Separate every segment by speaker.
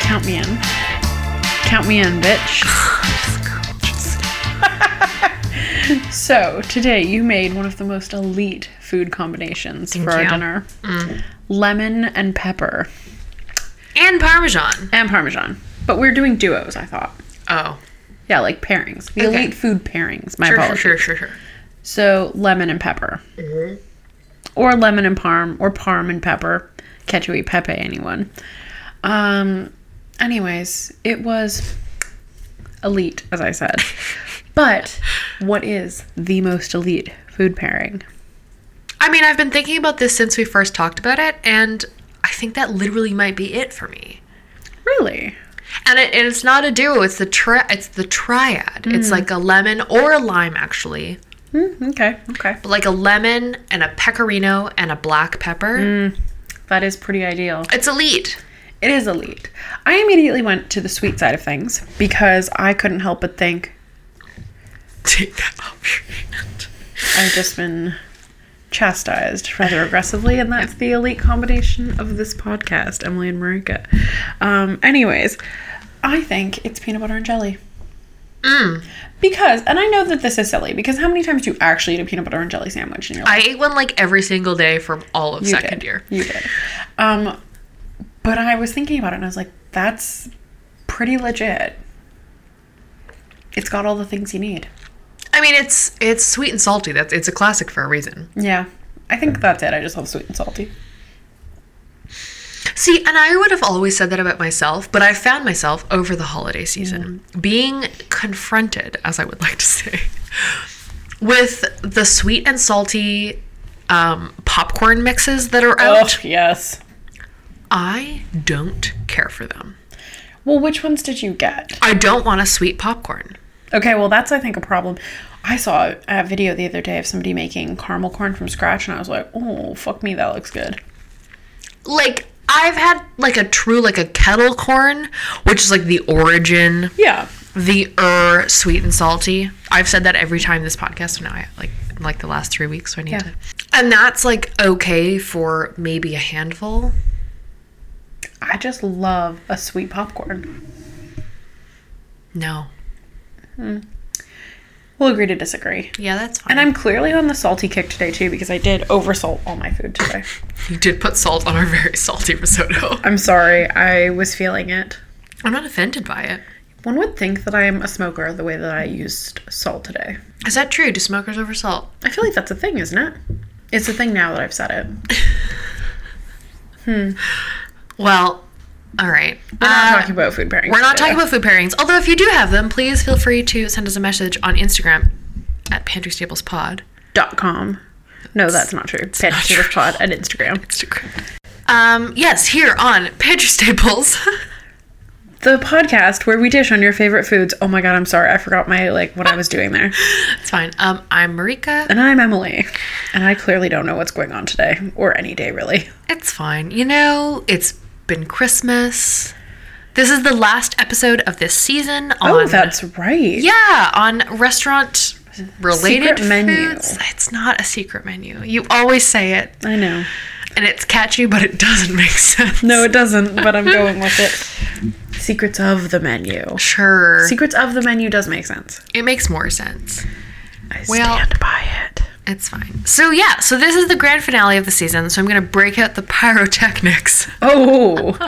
Speaker 1: Count me in. Count me in, bitch. So, today you made one of the most elite food combinations for our
Speaker 2: you. Mm.
Speaker 1: dinner lemon and pepper
Speaker 2: and parmesan.
Speaker 1: and parmesan. But we're doing duos, I thought.
Speaker 2: Oh,
Speaker 1: Yeah, like pairings. The
Speaker 2: Okay.
Speaker 1: elite food pairings. My
Speaker 2: sure, sure,
Speaker 1: apologies.
Speaker 2: sure, sure, sure.
Speaker 1: So, lemon and pepper. Or lemon and parm, or parm and pepper. Quechua pepe, anyone. Um, anyways, it was elite, as I said. but what is the most elite food pairing?
Speaker 2: I mean, I've been thinking about this since we first talked about it, and I think that literally might be it for me.
Speaker 1: Really?
Speaker 2: And, it, and it's not a duo; it's the tri- it's the triad. It's
Speaker 1: Hmm.
Speaker 2: like a lemon or a lime, actually,
Speaker 1: Mm, okay, okay.
Speaker 2: but like a lemon and a pecorino and a black pepper.
Speaker 1: Hmm. That is pretty ideal.
Speaker 2: It's elite.
Speaker 1: It is elite. I immediately went to the sweet side of things because I couldn't help but think
Speaker 2: Take that off your hand.
Speaker 1: I've just been chastised rather aggressively, and that's the elite combination of this podcast, Emily and Marika. Um, anyways, I think it's peanut butter and jelly.
Speaker 2: Mm.
Speaker 1: Because, and I know that this is silly, because how many times do you actually eat a peanut butter and jelly sandwich in your life?
Speaker 2: I ate one like every single day for all of
Speaker 1: You
Speaker 2: second
Speaker 1: did.
Speaker 2: year.
Speaker 1: You did. Um, but I was thinking about it, and I was like, that's pretty legit. It's got all the things you need.
Speaker 2: I mean, it's it's sweet and salty. That's it's a classic for a reason.
Speaker 1: Yeah. I think that's it. I just love sweet and salty.
Speaker 2: See, and I would have always said that about myself, but I found myself over the holiday season being confronted, as I would like to say, with the sweet and salty um, popcorn mixes that are out.
Speaker 1: yes.
Speaker 2: I don't care for them.
Speaker 1: Well, which ones did you get?
Speaker 2: I don't want a sweet popcorn.
Speaker 1: Okay, well, that's, I think, a problem. I saw a video the other day of somebody making caramel corn from scratch, and I was like, oh, fuck me, that looks good.
Speaker 2: Like, I've had like a true, like a kettle corn, which is like the origin,
Speaker 1: Yeah.
Speaker 2: the er sweet and salty. I've said that every time this podcast, and now I like like the last three weeks, so I need to. And that's like okay for maybe a handful.
Speaker 1: I just love a sweet popcorn.
Speaker 2: No,
Speaker 1: We'll agree to disagree.
Speaker 2: yeah, that's fine.
Speaker 1: And I'm clearly on the salty kick today, too, because I did oversalt all my food today.
Speaker 2: you did put salt on our very salty risotto.
Speaker 1: I'm sorry, I was feeling it.
Speaker 2: I'm not offended by it.
Speaker 1: One would think that I am a smoker the way that I used salt today.
Speaker 2: Is that true? Do smokers over salt?
Speaker 1: I feel like that's a thing, isn't it? It's a thing now that I've said it.
Speaker 2: Well, all right.
Speaker 1: We're
Speaker 2: Uh,
Speaker 1: not talking about food pairings.
Speaker 2: We're not
Speaker 1: today.
Speaker 2: talking about food pairings. Although, if you do have them, please feel free to send us a message on Instagram at Pantry Staples Pod.
Speaker 1: dot com. No, that's not true. Pantry
Speaker 2: true.
Speaker 1: Staples Pod at Instagram.
Speaker 2: Um, yes, here on Pantry Staples.
Speaker 1: The podcast where we dish on your favorite foods. Oh my god, I'm sorry, I forgot my like what I was doing there.
Speaker 2: it's fine. Um, I'm Marika.
Speaker 1: And I'm Emily. And I clearly don't know what's going on today. Or any day really.
Speaker 2: It's fine. You know, it's been Christmas. This is the last episode of this season on
Speaker 1: Oh, that's right.
Speaker 2: yeah on restaurant related
Speaker 1: Secret menu.
Speaker 2: foods. It's not a secret menu. You always say it,
Speaker 1: I know.
Speaker 2: and it's catchy, but it doesn't make sense.
Speaker 1: No, it doesn't, but I'm going with it. Secrets of the menu.
Speaker 2: sure,
Speaker 1: Secrets of the menu does make sense.
Speaker 2: it makes more sense.
Speaker 1: I
Speaker 2: Well-
Speaker 1: stand by it.
Speaker 2: It's fine. So yeah, so this is the grand finale of the season. So I'm gonna break out the pyrotechnics.
Speaker 1: Oh.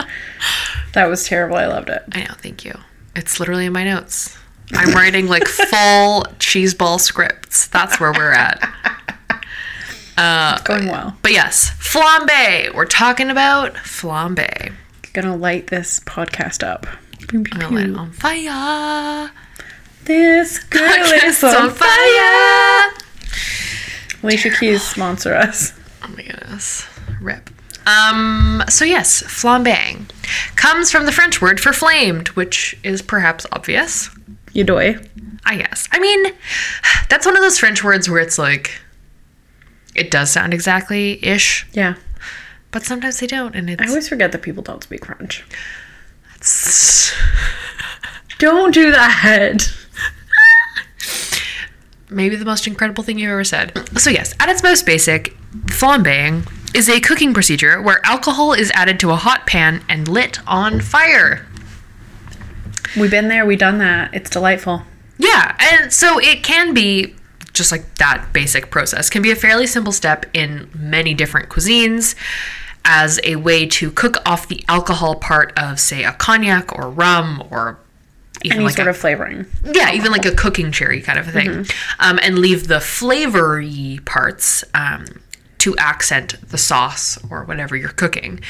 Speaker 1: that was terrible. I loved it.
Speaker 2: I know. Thank you. It's literally in my notes. I'm writing like full cheeseball scripts. That's where we're at.
Speaker 1: Going well.
Speaker 2: But yes, flambe. We're talking about flambe.
Speaker 1: Gonna light this podcast up.
Speaker 2: I'm gonna light it on fire.
Speaker 1: This girl is
Speaker 2: It's on
Speaker 1: on
Speaker 2: fire.
Speaker 1: fire. Alicia Keys sponsor us.
Speaker 2: Oh my goodness. Rip. Um, so yes, flambang comes from the French word for flamed, which is perhaps obvious.
Speaker 1: Yadoy.
Speaker 2: I guess. I mean, that's one of those French words where it's like, it does sound exactly ish,
Speaker 1: Yeah.
Speaker 2: but sometimes they don't, and
Speaker 1: I
Speaker 2: it's.
Speaker 1: always forget that people don't speak French.
Speaker 2: it's-
Speaker 1: Don't do that.
Speaker 2: maybe the most incredible thing you've ever said. So, yes, at its most basic, flambéing is a cooking procedure where alcohol is added to a hot pan and lit on fire.
Speaker 1: We've been there, we done that. It's delightful.
Speaker 2: Yeah, and so it can be just like that basic process can be a fairly simple step in many different cuisines as a way to cook off the alcohol part of say a cognac or rum or even
Speaker 1: Any
Speaker 2: like
Speaker 1: sort
Speaker 2: a,
Speaker 1: of flavoring.
Speaker 2: yeah, even like a cooking cherry kind of a thing, um, and leave the flavory parts um, to accent the sauce or whatever you're cooking.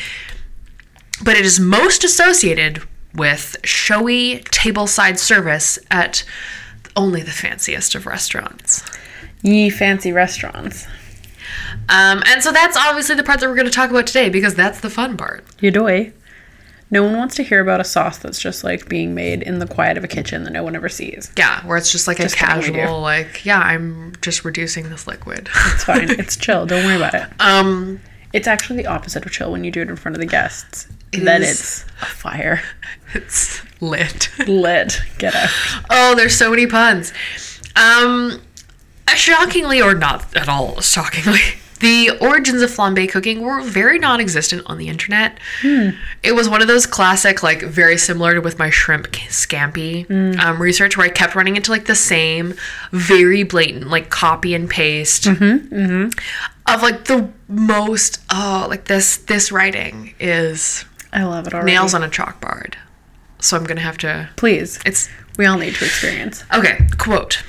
Speaker 2: But it is most associated with showy tableside service at only the fanciest of restaurants.
Speaker 1: Ye fancy restaurants.
Speaker 2: Um, and so that's obviously the part that we're going to talk about today because that's the fun part.
Speaker 1: You doy. No one wants to hear about a sauce that's just like being made in the quiet of a kitchen that no one ever sees.
Speaker 2: Yeah, where it's just like a
Speaker 1: kidding, we do.
Speaker 2: casual, like, yeah, I'm just reducing this liquid.
Speaker 1: It's fine. it's chill. Don't worry about it.
Speaker 2: um,
Speaker 1: It's actually the opposite of chill when you do it in front of the guests. then
Speaker 2: is.
Speaker 1: it's a fire.
Speaker 2: it's lit.
Speaker 1: Lit. Get out.
Speaker 2: Oh, there's so many puns. Um, shockingly, or not at all shockingly, the origins of flambe cooking were very non-existent on the internet. It was one of those classic, like very similar to with my shrimp c- scampi um, research, where I kept running into like the same, very blatant, like copy and paste of like the most. Oh, like this this writing is
Speaker 1: I love it already.
Speaker 2: nails on a chalkboard. So I'm gonna have to.
Speaker 1: Please.
Speaker 2: It's
Speaker 1: We all need to experience.
Speaker 2: Okay, quote.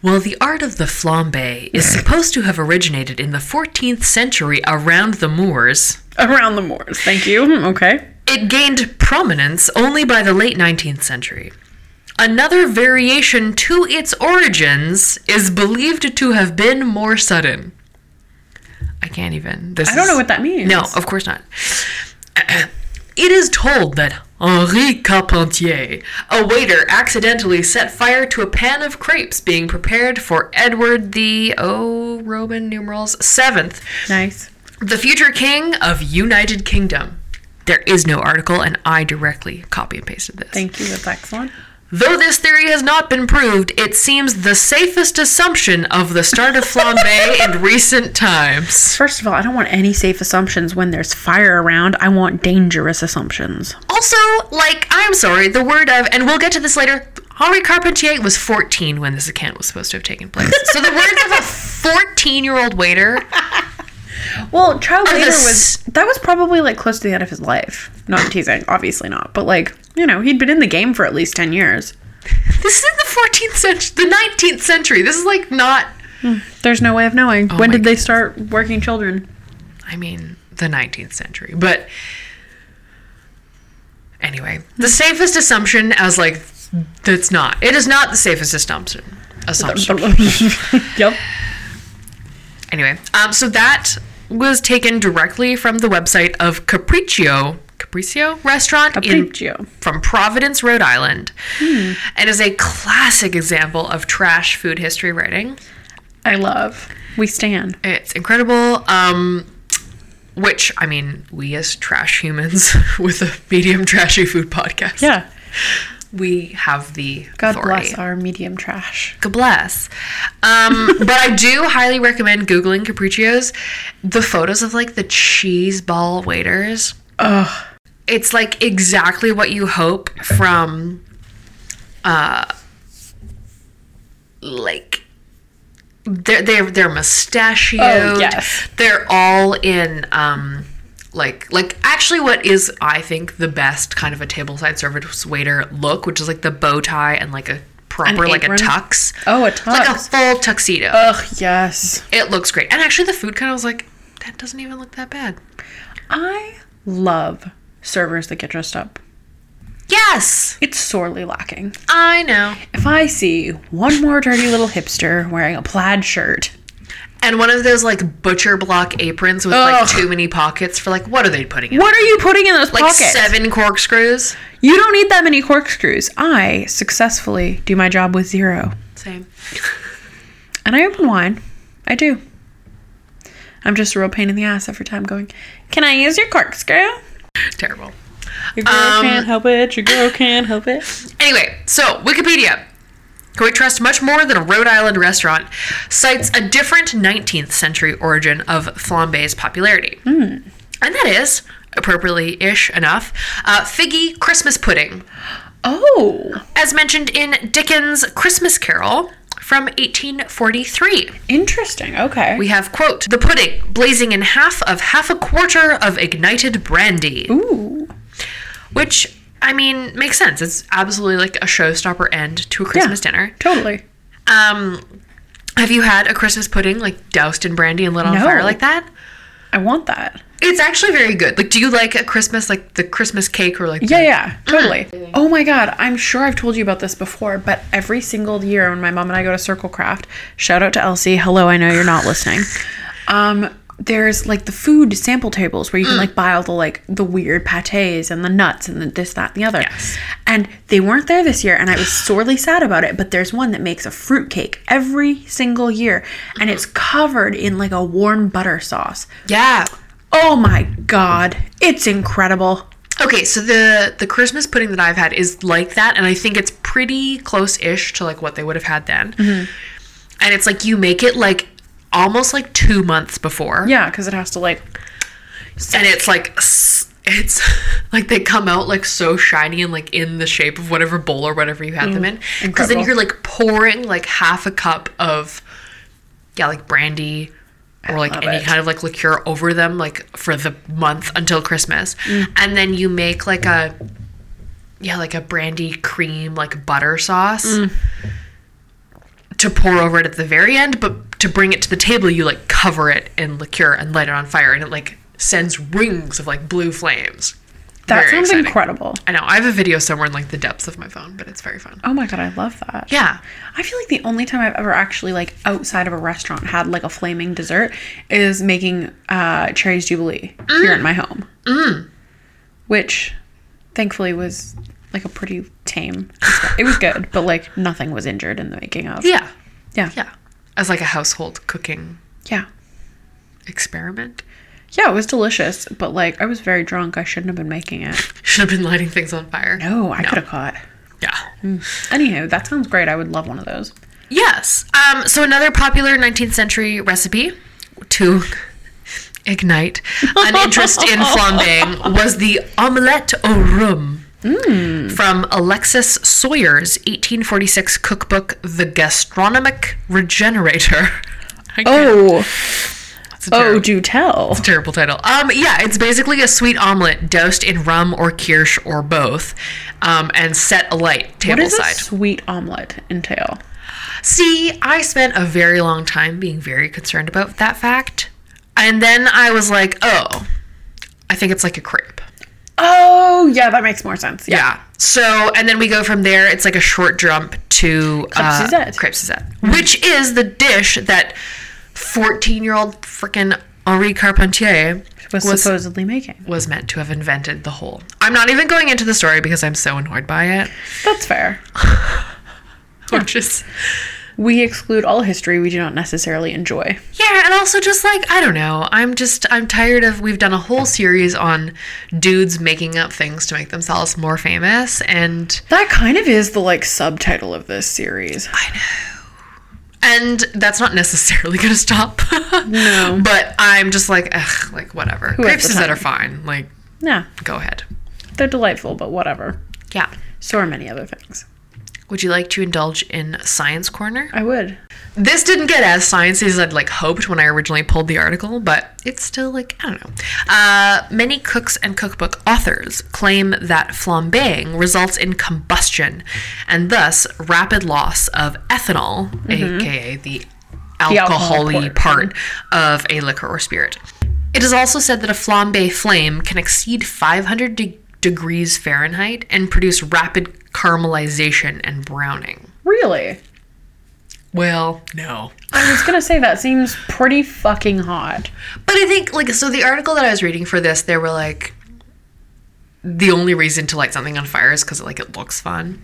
Speaker 2: Well, the art of the flambe is supposed to have originated in the 14th century around the Moors.
Speaker 1: Around the moors. Thank you. Mm, Okay.
Speaker 2: It gained prominence only by the late 19th century. Another variation to its origins is believed to have been more sudden. I can't even. This
Speaker 1: I don't
Speaker 2: is-
Speaker 1: know what that means.
Speaker 2: no, of course not. it is told that Henri Carpentier, a waiter, accidentally set fire to a pan of crepes being prepared for Edward the oh Roman numerals seventh,
Speaker 1: Nice.
Speaker 2: the future king of United Kingdom. There is no article, and I directly copy and pasted this.
Speaker 1: Thank you. That's excellent.
Speaker 2: Though this theory has not been proved, it seems the safest assumption of the start of flambe in recent times.
Speaker 1: First of all, I don't want any safe assumptions when there's fire around. I want dangerous assumptions.
Speaker 2: Also, like, I'm sorry, the word of, and we'll get to this later. Henri Carpentier was 14 when this account was supposed to have taken place. So the words of a 14 year old waiter.
Speaker 1: Well, child labor
Speaker 2: this-
Speaker 1: was that was probably like close to the end of his life. Not teasing, obviously not, but like you know, he'd been in the game for at least ten years.
Speaker 2: This is in the 14th century, the 19th century. This is like not.
Speaker 1: There's no way of knowing when
Speaker 2: Oh my
Speaker 1: did they start working children.
Speaker 2: I mean, the 19th century. But anyway, the safest assumption as like that's not. It is not the safest assumption. Assumption.
Speaker 1: yep.
Speaker 2: Anyway, um, so that was taken directly from the website of Capriccio. Capriccio restaurant
Speaker 1: Capriccio.
Speaker 2: in from Providence, Rhode Island,
Speaker 1: Hmm.
Speaker 2: and is a classic example of trash food history writing.
Speaker 1: I love. We stand.
Speaker 2: It's incredible. Um, which I mean, we as trash humans with a medium trashy food podcast,
Speaker 1: Yeah.
Speaker 2: we have the
Speaker 1: God
Speaker 2: authority.
Speaker 1: bless our medium trash.
Speaker 2: God bless. Um, but I do highly recommend Googling Capriccios. The photos of like the cheese ball waiters.
Speaker 1: Ugh.
Speaker 2: It's like exactly what you hope from uh like they're they're they're mustachioed.
Speaker 1: Oh, yes.
Speaker 2: They're all in um like like actually what is I think the best kind of a tableside service waiter look, which is like the bow tie and like a proper like a
Speaker 1: apron?
Speaker 2: tux.
Speaker 1: Oh, a
Speaker 2: Like a
Speaker 1: tux.
Speaker 2: full tuxedo.
Speaker 1: Ugh. Yes.
Speaker 2: it looks great. And actually the food kind of was like that doesn't even look that bad.
Speaker 1: I love servers that get dressed up.
Speaker 2: Yes.
Speaker 1: It's sorely lacking.
Speaker 2: I know.
Speaker 1: If I see one more dirty little hipster wearing a plaid shirt,
Speaker 2: And one of those like butcher block aprons with
Speaker 1: Ugh.
Speaker 2: like too many pockets for like what are they putting in?
Speaker 1: what are you putting in those
Speaker 2: Like
Speaker 1: pockets?
Speaker 2: seven corkscrews.
Speaker 1: You don't need that many corkscrews. I successfully do my job with zero.
Speaker 2: Same.
Speaker 1: And I open wine. I do. I'm just a real pain in the ass every time going, Can I use your corkscrew?
Speaker 2: Terrible.
Speaker 1: Your girl
Speaker 2: Um,
Speaker 1: can't help it. Your girl can't help it.
Speaker 2: Anyway, so Wikipedia. Can we trust much more than a Rhode Island restaurant? Cites a different 19th century origin of flambe's popularity. And that is, appropriately ish enough, uh, figgy Christmas pudding.
Speaker 1: Oh,
Speaker 2: as mentioned in Dickens' Christmas Carol from 1843.
Speaker 1: interesting. Okay.
Speaker 2: We have, quote, the pudding blazing in half of half a quarter of ignited brandy,
Speaker 1: Ooh.
Speaker 2: which, I mean, makes sense. It's absolutely like a showstopper end to a Christmas dinner.
Speaker 1: Totally.
Speaker 2: Um, have you had a Christmas pudding like doused in brandy and lit on
Speaker 1: No.
Speaker 2: fire like that?
Speaker 1: I want that.
Speaker 2: It's actually very good. Like, do you like a Christmas, like the Christmas cake or like
Speaker 1: Yeah, yeah, totally. Oh my god, I'm sure I've told you about this before, but every single year when my mom and I go to Circle Craft, shout out to Elsie. Hello, I know you're not listening. Um, there's like the food sample tables where you can like buy all the like the weird pates and the nuts and the this, that, and the other. And they weren't there this year, and I was sorely sad about it. But there's one that makes a fruit cake every single year, and it's covered in like a warm butter sauce.
Speaker 2: yeah.
Speaker 1: Oh my god, it's incredible.
Speaker 2: Okay, so the the Christmas pudding that I've had is like that, and I think it's pretty close-ish to like what they would have had then.
Speaker 1: Mm-hmm.
Speaker 2: And it's like you make it like almost like two months before,
Speaker 1: Yeah, because it has to like
Speaker 2: and it's like s- it's like they come out like so shiny and like in the shape of whatever bowl or whatever you had them in. Because then
Speaker 1: Mm, incredible.
Speaker 2: you're like pouring like half a cup of yeah, like brandy or like
Speaker 1: love
Speaker 2: any
Speaker 1: it.
Speaker 2: kind of like liqueur over them like for the month until Christmas.
Speaker 1: Mm.
Speaker 2: And then you make like a yeah, like a brandy cream like butter sauce
Speaker 1: Mm-hmm.
Speaker 2: to pour over it at the very end, but to bring it to the table you like cover it in liqueur and light it on fire and it like sends rings of like blue flames.
Speaker 1: That
Speaker 2: Very
Speaker 1: sounds
Speaker 2: exciting.
Speaker 1: incredible.
Speaker 2: I know. I have a video somewhere in like the depths of my phone, but it's very fun.
Speaker 1: Oh my god, I love that.
Speaker 2: Yeah.
Speaker 1: I feel like the only time I've ever actually like outside of a restaurant had like a flaming dessert is making uh cherries jubilee here in my home. Mm. Which thankfully was like a pretty tame. it was good, but like nothing was injured in the making of.
Speaker 2: Yeah.
Speaker 1: Yeah. Yeah.
Speaker 2: Yeah. As like a household cooking
Speaker 1: Yeah,
Speaker 2: experiment.
Speaker 1: it was delicious, but like I was very drunk. I shouldn't have been making it.
Speaker 2: Should have been lighting things on fire.
Speaker 1: No, I could have caught.
Speaker 2: Yeah.
Speaker 1: Anywho, that sounds great. I would love one of those.
Speaker 2: Yes. Um, so another popular 19th century recipe to ignite an interest in flambing was the omelette au rhum
Speaker 1: Mm.
Speaker 2: from Alexis Sawyer's 1846 cookbook, The Gastronomic Regenerator. I can't-
Speaker 1: Oh,
Speaker 2: it's a
Speaker 1: oh,
Speaker 2: terrible-
Speaker 1: do tell.
Speaker 2: terrible title. Um, yeah, it's basically a sweet omelet doused in rum or kirsch or both, um, and set alight
Speaker 1: What
Speaker 2: table
Speaker 1: does a
Speaker 2: side.
Speaker 1: sweet omelet entail?
Speaker 2: See, I spent a very long time being very concerned about that fact, and then I was like, oh, I think it's like a crepe.
Speaker 1: Oh, yeah, that makes more sense.
Speaker 2: Yeah. So, and then we go from there. It's like a short jump to uh,
Speaker 1: Suzette.
Speaker 2: crepe Suzette, which is the dish that fourteen-year-old freaking Henri Carpentier
Speaker 1: was,
Speaker 2: was
Speaker 1: supposedly making.
Speaker 2: was meant to have invented the whole. I'm not even going into the story because I'm so annoyed by it.
Speaker 1: That's fair.
Speaker 2: Or just
Speaker 1: We exclude all history we do not necessarily enjoy.
Speaker 2: yeah, and also just like I don't know. I'm just I'm tired of we've done a whole series on dudes making up things to make themselves more famous, and
Speaker 1: That kind of is the like subtitle of this series.
Speaker 2: and that's not necessarily going to stop.
Speaker 1: No.
Speaker 2: but I'm just like ugh, like whatever.
Speaker 1: has
Speaker 2: Grapes
Speaker 1: the
Speaker 2: that
Speaker 1: time?
Speaker 2: are fine. Like
Speaker 1: Yeah,
Speaker 2: go ahead.
Speaker 1: they're delightful, but whatever.
Speaker 2: Yeah.
Speaker 1: So are many other things.
Speaker 2: Would you like to indulge in science corner?
Speaker 1: I would.
Speaker 2: this didn't get as sciencey as I'd like hoped when I originally pulled the article, but it's still like I don't know. Uh, many cooks and cookbook authors claim that flambeing results in combustion, and thus rapid loss of ethanol, aka Mm-hmm. the
Speaker 1: alcohol
Speaker 2: alcoholy part of a liquor or spirit. It is also said that a flambe flame can exceed 500 de- degrees Fahrenheit and produce rapid caramelization and browning.
Speaker 1: Really?
Speaker 2: Well, no.
Speaker 1: I was gonna say that seems pretty fucking hot.
Speaker 2: But I think like so the article that I was reading for this, they were like the only reason to light something on fire is because like it looks fun,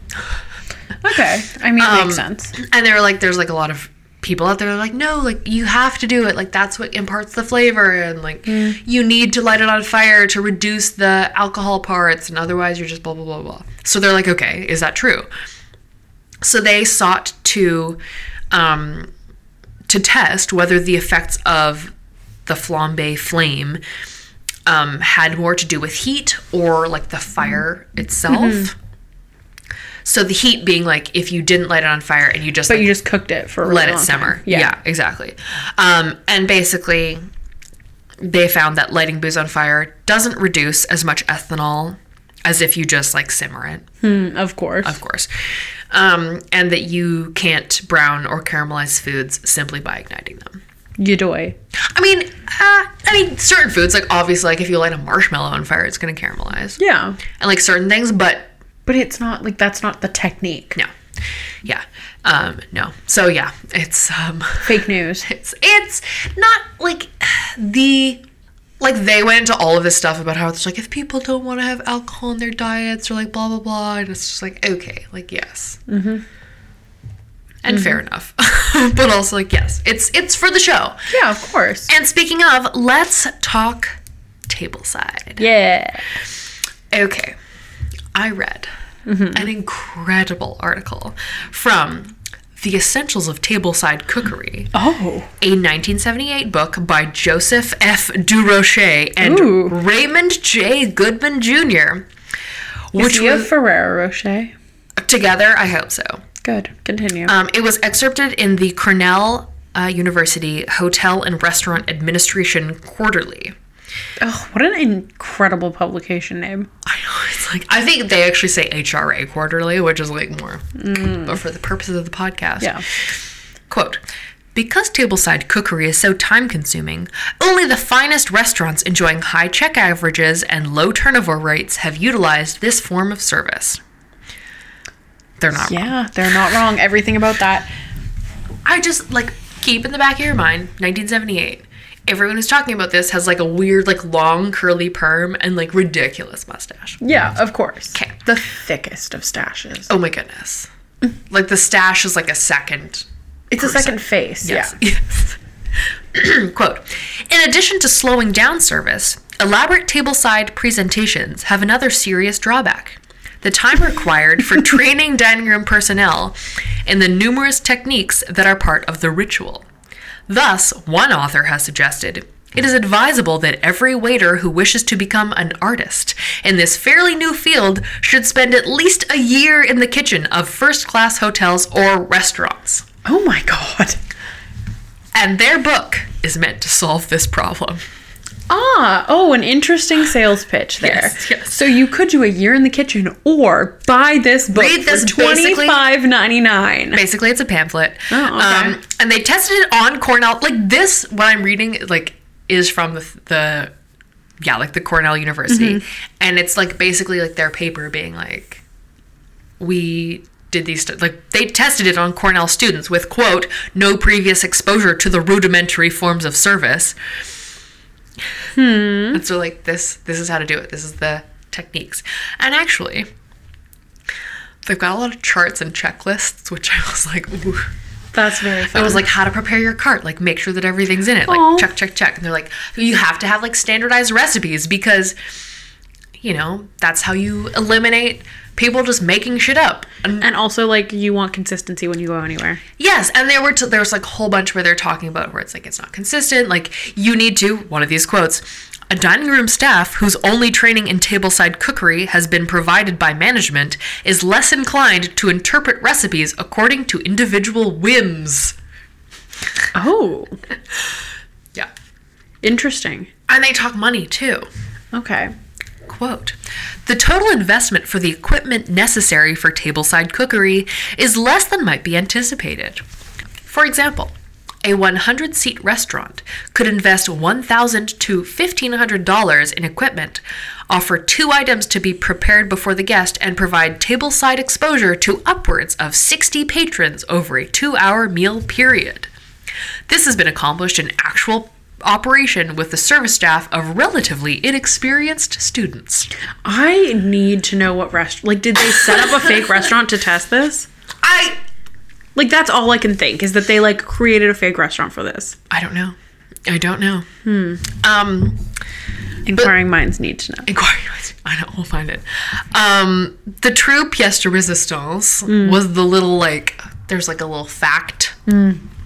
Speaker 1: Okay. I mean, makes sense.
Speaker 2: and they were like, there's like a lot of people out there that are like, no, like you have to do it, like that's what imparts the flavor, and like you need to light it on fire to reduce the alcohol parts, and otherwise you're just blah blah blah blah. So they're like, okay, is that true? So they sought to um, to test whether the effects of the flambe flame um, had more to do with heat or like the fire itself. So the heat being like if you didn't light it on fire and you just
Speaker 1: But
Speaker 2: like,
Speaker 1: you just cooked it for a really
Speaker 2: let it
Speaker 1: long
Speaker 2: simmer.
Speaker 1: time.
Speaker 2: Yeah. exactly. Um, and basically, they found that lighting booze on fire doesn't reduce as much ethanol as if you just like simmer it,
Speaker 1: Mm, of course.
Speaker 2: of course. Um, and that you can't brown or caramelize foods simply by igniting them.
Speaker 1: You doy.
Speaker 2: I mean, uh, I mean, certain foods like obviously, like if you light a marshmallow on fire, it's gonna caramelize,
Speaker 1: Yeah.
Speaker 2: and like certain things, but
Speaker 1: But it's not like that's not the technique.
Speaker 2: no, yeah, um, no. So yeah, it's um,
Speaker 1: Fake news.
Speaker 2: it's it's not like the like they went into all of this stuff about how it's like if people don't want to have alcohol in their diets or like blah blah blah and it's just like okay like yes mm-hmm. and
Speaker 1: Mm-hmm.
Speaker 2: fair enough but also like yes it's it's for the show
Speaker 1: Yeah, of course.
Speaker 2: and speaking of let's talk table side
Speaker 1: Yeah.
Speaker 2: okay i read an incredible article from the essentials of tableside cookery
Speaker 1: Oh.
Speaker 2: a 1978 book by Joseph F. DuRocher and
Speaker 1: Ooh.
Speaker 2: Raymond J. Goodman Jr.,
Speaker 1: Which
Speaker 2: which
Speaker 1: you have
Speaker 2: was
Speaker 1: Ferrero Rocher?
Speaker 2: together, I hope so.
Speaker 1: Good. Continue.
Speaker 2: Um, it was excerpted in the Cornell uh, University Hotel and Restaurant Administration Quarterly.
Speaker 1: oh, what an incredible publication name.
Speaker 2: I know it's like I think they actually say HRA Quarterly, which is like more, but for the purposes of the podcast,
Speaker 1: Mm. Yeah.
Speaker 2: Quote Because tableside cookery is so time consuming, only the finest restaurants enjoying high check averages and low turnover rates have utilized this form of service. They're not wrong.
Speaker 1: Yeah, they're not wrong. Everything about that.
Speaker 2: I just like keep in the back of your mind 1978. Everyone who's talking about this has like a weird, like long curly perm and like ridiculous mustache.
Speaker 1: Yeah, of course.
Speaker 2: 'Kay.
Speaker 1: The thickest of stashes.
Speaker 2: Oh my goodness. Like the stash is like a second
Speaker 1: it's a second face.
Speaker 2: Yes.
Speaker 1: Yeah.
Speaker 2: Yes. Quote In addition to slowing down service, elaborate tableside presentations have another serious drawback. The time required for training dining room personnel in the numerous techniques that are part of the ritual. Thus, one author has suggested it is advisable that every waiter who wishes to become an artist in this fairly new field should spend at least a year in the kitchen of first class hotels or restaurants
Speaker 1: Oh my god.
Speaker 2: and their book is meant to solve this problem.
Speaker 1: Ah, oh, an interesting sales pitch there.
Speaker 2: Yes, yes.
Speaker 1: So you could do a year in the kitchen or buy this book
Speaker 2: Read this
Speaker 1: for
Speaker 2: basically-
Speaker 1: $25.99.
Speaker 2: Basically, it's a pamphlet.
Speaker 1: Oh, okay.
Speaker 2: Um, and they tested it on Cornell. Like this, what I'm reading, like, is from the, the yeah, like the Cornell University,
Speaker 1: Mm-hmm.
Speaker 2: and it's like basically like their paper being like, we did these stu- like they tested it on Cornell students with quote no previous exposure to the rudimentary forms of service. Hmm. And so like this this is how to do it. This is the techniques. And actually they've got a lot of charts and checklists which I was like ooh.
Speaker 1: That's very
Speaker 2: It
Speaker 1: fun.
Speaker 2: was like how to prepare your cart, like make sure that everything's in it, like
Speaker 1: Aw.
Speaker 2: check, check, check. And they're like, you have to have like standardized recipes because, you know, that's how you eliminate people just making shit up. And
Speaker 1: and also, like, you want consistency when you go anywhere.
Speaker 2: yes, and there were t- there was like a whole bunch where they're talking about where it's like it's not consistent. Like you need to one of these quotes. A dining room staff whose only training in tableside cookery has been provided by management is less inclined to interpret recipes according to individual whims.
Speaker 1: Oh,
Speaker 2: Yeah.
Speaker 1: interesting.
Speaker 2: And they talk money too.
Speaker 1: Okay.
Speaker 2: Quote The total investment for the equipment necessary for tableside cookery is less than might be anticipated. For example, a 100 seat restaurant could invest $1,000 to $1,500 in equipment, offer two items to be prepared before the guest, and provide tableside exposure to upwards of 60 patrons over a two hour meal period. This has been accomplished in actual operation with the service staff of relatively inexperienced students.
Speaker 1: I need to know what restaurant. Like, did they set up a fake restaurant to test this?
Speaker 2: I
Speaker 1: Like, that's all I can think is that they, like, created a fake restaurant for this.
Speaker 2: I don't know. I don't know. Um
Speaker 1: Inquiring minds need to know.
Speaker 2: inquiry. I know. We'll find it. Um, the true pièce de résistance was the little like. There's like a little fact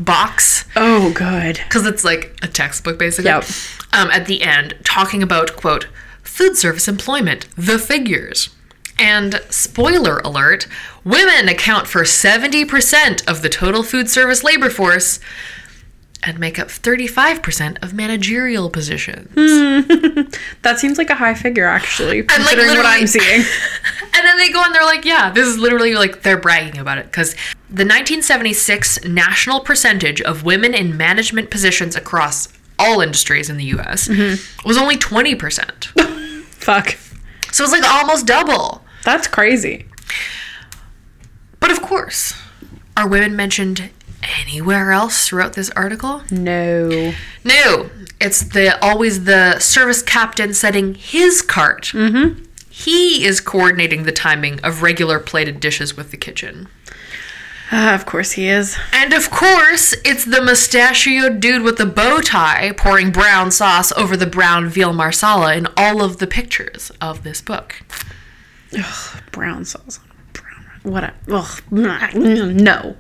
Speaker 2: box
Speaker 1: Oh, good.
Speaker 2: because it's like a textbook basically.
Speaker 1: Yep.
Speaker 2: Um, at the end, talking about quote food service employment, the figures, And spoiler alert women account for 70% of the total food service labor force and make up 35% of managerial positions.
Speaker 1: That seems like a high figure, actually,
Speaker 2: like,
Speaker 1: considering what
Speaker 2: literally-
Speaker 1: I'm seeing.
Speaker 2: and then they go and they're like, yeah, this is literally like they're bragging about it because the 1976 national percentage of women in management positions across all industries in the US
Speaker 1: Mm-hmm.
Speaker 2: was only 20%.
Speaker 1: Fuck.
Speaker 2: so it's like almost double.
Speaker 1: That's crazy.
Speaker 2: But of course, are women mentioned anywhere else throughout this article?
Speaker 1: No.
Speaker 2: No, it's the always the service captain setting his cart. Mm-hmm. He is coordinating the timing of regular plated dishes with the kitchen.
Speaker 1: Ah, of course he is.
Speaker 2: And of course, it's the mustachioed dude with the bow tie pouring brown sauce over the brown veal marsala in all of the pictures of this book.
Speaker 1: Brown sauce on brown. What a. Ugh. No.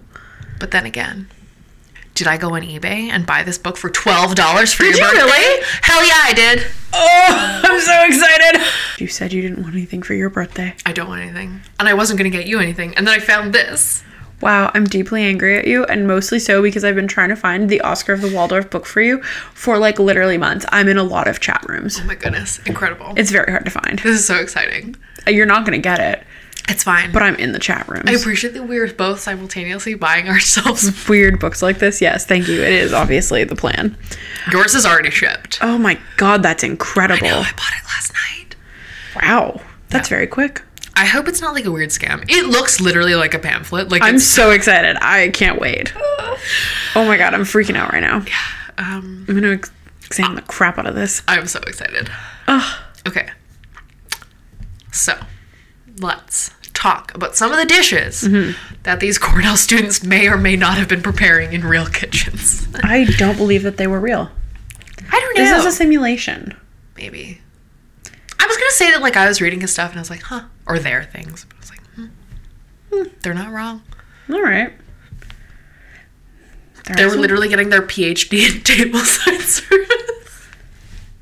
Speaker 2: But then again, did I go on eBay and buy this book for twelve dollars for
Speaker 1: Did
Speaker 2: your
Speaker 1: you
Speaker 2: birthday?
Speaker 1: really?
Speaker 2: Hell yeah, I did.
Speaker 1: Oh, I'm so excited. You said you didn't want anything for your birthday.
Speaker 2: I don't want anything, and I wasn't gonna get you anything, and then I found this.
Speaker 1: Wow, I'm deeply angry at you, and mostly so because I've been trying to find the Oscar of the Waldorf book for you for like literally months. I'm in a lot of chat rooms.
Speaker 2: Oh my goodness, incredible!
Speaker 1: It's very hard to find.
Speaker 2: this is so exciting.
Speaker 1: You're not gonna get it,
Speaker 2: It's fine,
Speaker 1: but I'm in the chat rooms.
Speaker 2: I appreciate that we're both simultaneously buying ourselves.
Speaker 1: Weird books like this, yes, thank you. It is obviously the plan.
Speaker 2: Yours is already shipped.
Speaker 1: Oh my god, that's incredible.
Speaker 2: Oh, I bought it last night.
Speaker 1: Wow, that's very quick.
Speaker 2: I hope it's not like a weird scam. It looks literally like a pamphlet. Like
Speaker 1: I'm
Speaker 2: it's,
Speaker 1: so excited. I can't wait. Oh my god, I'm freaking out right now.
Speaker 2: um,
Speaker 1: I'm gonna ex- examine the crap out of this.
Speaker 2: I'm so excited.
Speaker 1: Ugh.
Speaker 2: Okay. So, let's talk about some of the dishes
Speaker 1: Mm-hmm.
Speaker 2: that these Cornell students may or may not have been preparing in real kitchens.
Speaker 1: I don't believe that they were real.
Speaker 2: I don't
Speaker 1: This
Speaker 2: know.
Speaker 1: is a simulation.
Speaker 2: Maybe. I was gonna say that like I was reading his stuff and I was like, huh, or their things. But I was like, hmm. Hmm, they're not wrong.
Speaker 1: All right.
Speaker 2: They were
Speaker 1: That's-
Speaker 2: literally getting their PhD in table science service.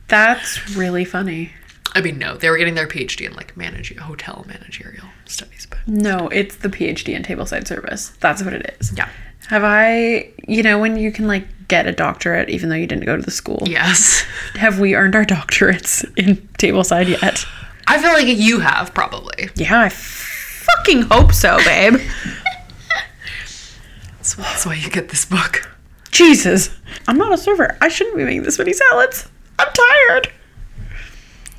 Speaker 1: That's really funny.
Speaker 2: I mean, no, they were getting their PhD in like manage hotel managerial studies, but
Speaker 1: No, it's the PhD in table side service. That's what it is.
Speaker 2: yeah,
Speaker 1: Have I, you know, when you can like get a doctorate even though you didn't go to the school?
Speaker 2: yes,
Speaker 1: Have we earned our doctorates in table side yet?
Speaker 2: I feel like you have probably.
Speaker 1: Yeah, I fucking hope so, babe.
Speaker 2: That's, that's why you get this book.
Speaker 1: Jesus. I'm not a server. I shouldn't be making this many salads. I'm tired.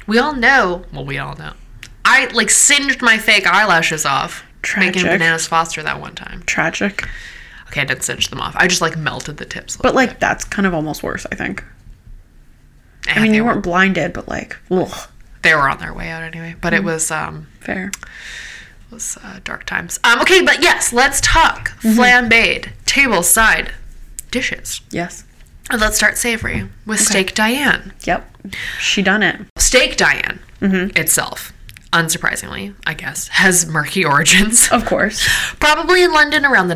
Speaker 2: We all know. Well, we all know. I like singed my fake eyelashes off making
Speaker 1: Tragic.
Speaker 2: bananas Foster that one time.
Speaker 1: Tragic.
Speaker 2: Okay, I didn't singe them off. I just like melted the tips.
Speaker 1: But like that's kind of almost worse, I think. I mean,
Speaker 2: Eh, they
Speaker 1: you
Speaker 2: were
Speaker 1: weren't blinded, but like, ugh,
Speaker 2: they were on their way out anyway. But
Speaker 1: Mm-hmm.
Speaker 2: it was um
Speaker 1: fair.
Speaker 2: it was uh, dark times. Um, okay, but yes, let's talk
Speaker 1: Mm-hmm.
Speaker 2: flambéed table side dishes.
Speaker 1: Yes.
Speaker 2: And let's start savory with Steak Diane.
Speaker 1: Yep. She done it.
Speaker 2: Steak Diane
Speaker 1: Mm-hmm.
Speaker 2: itself, unsurprisingly, I guess, has murky origins.
Speaker 1: Of course.
Speaker 2: Probably in London around the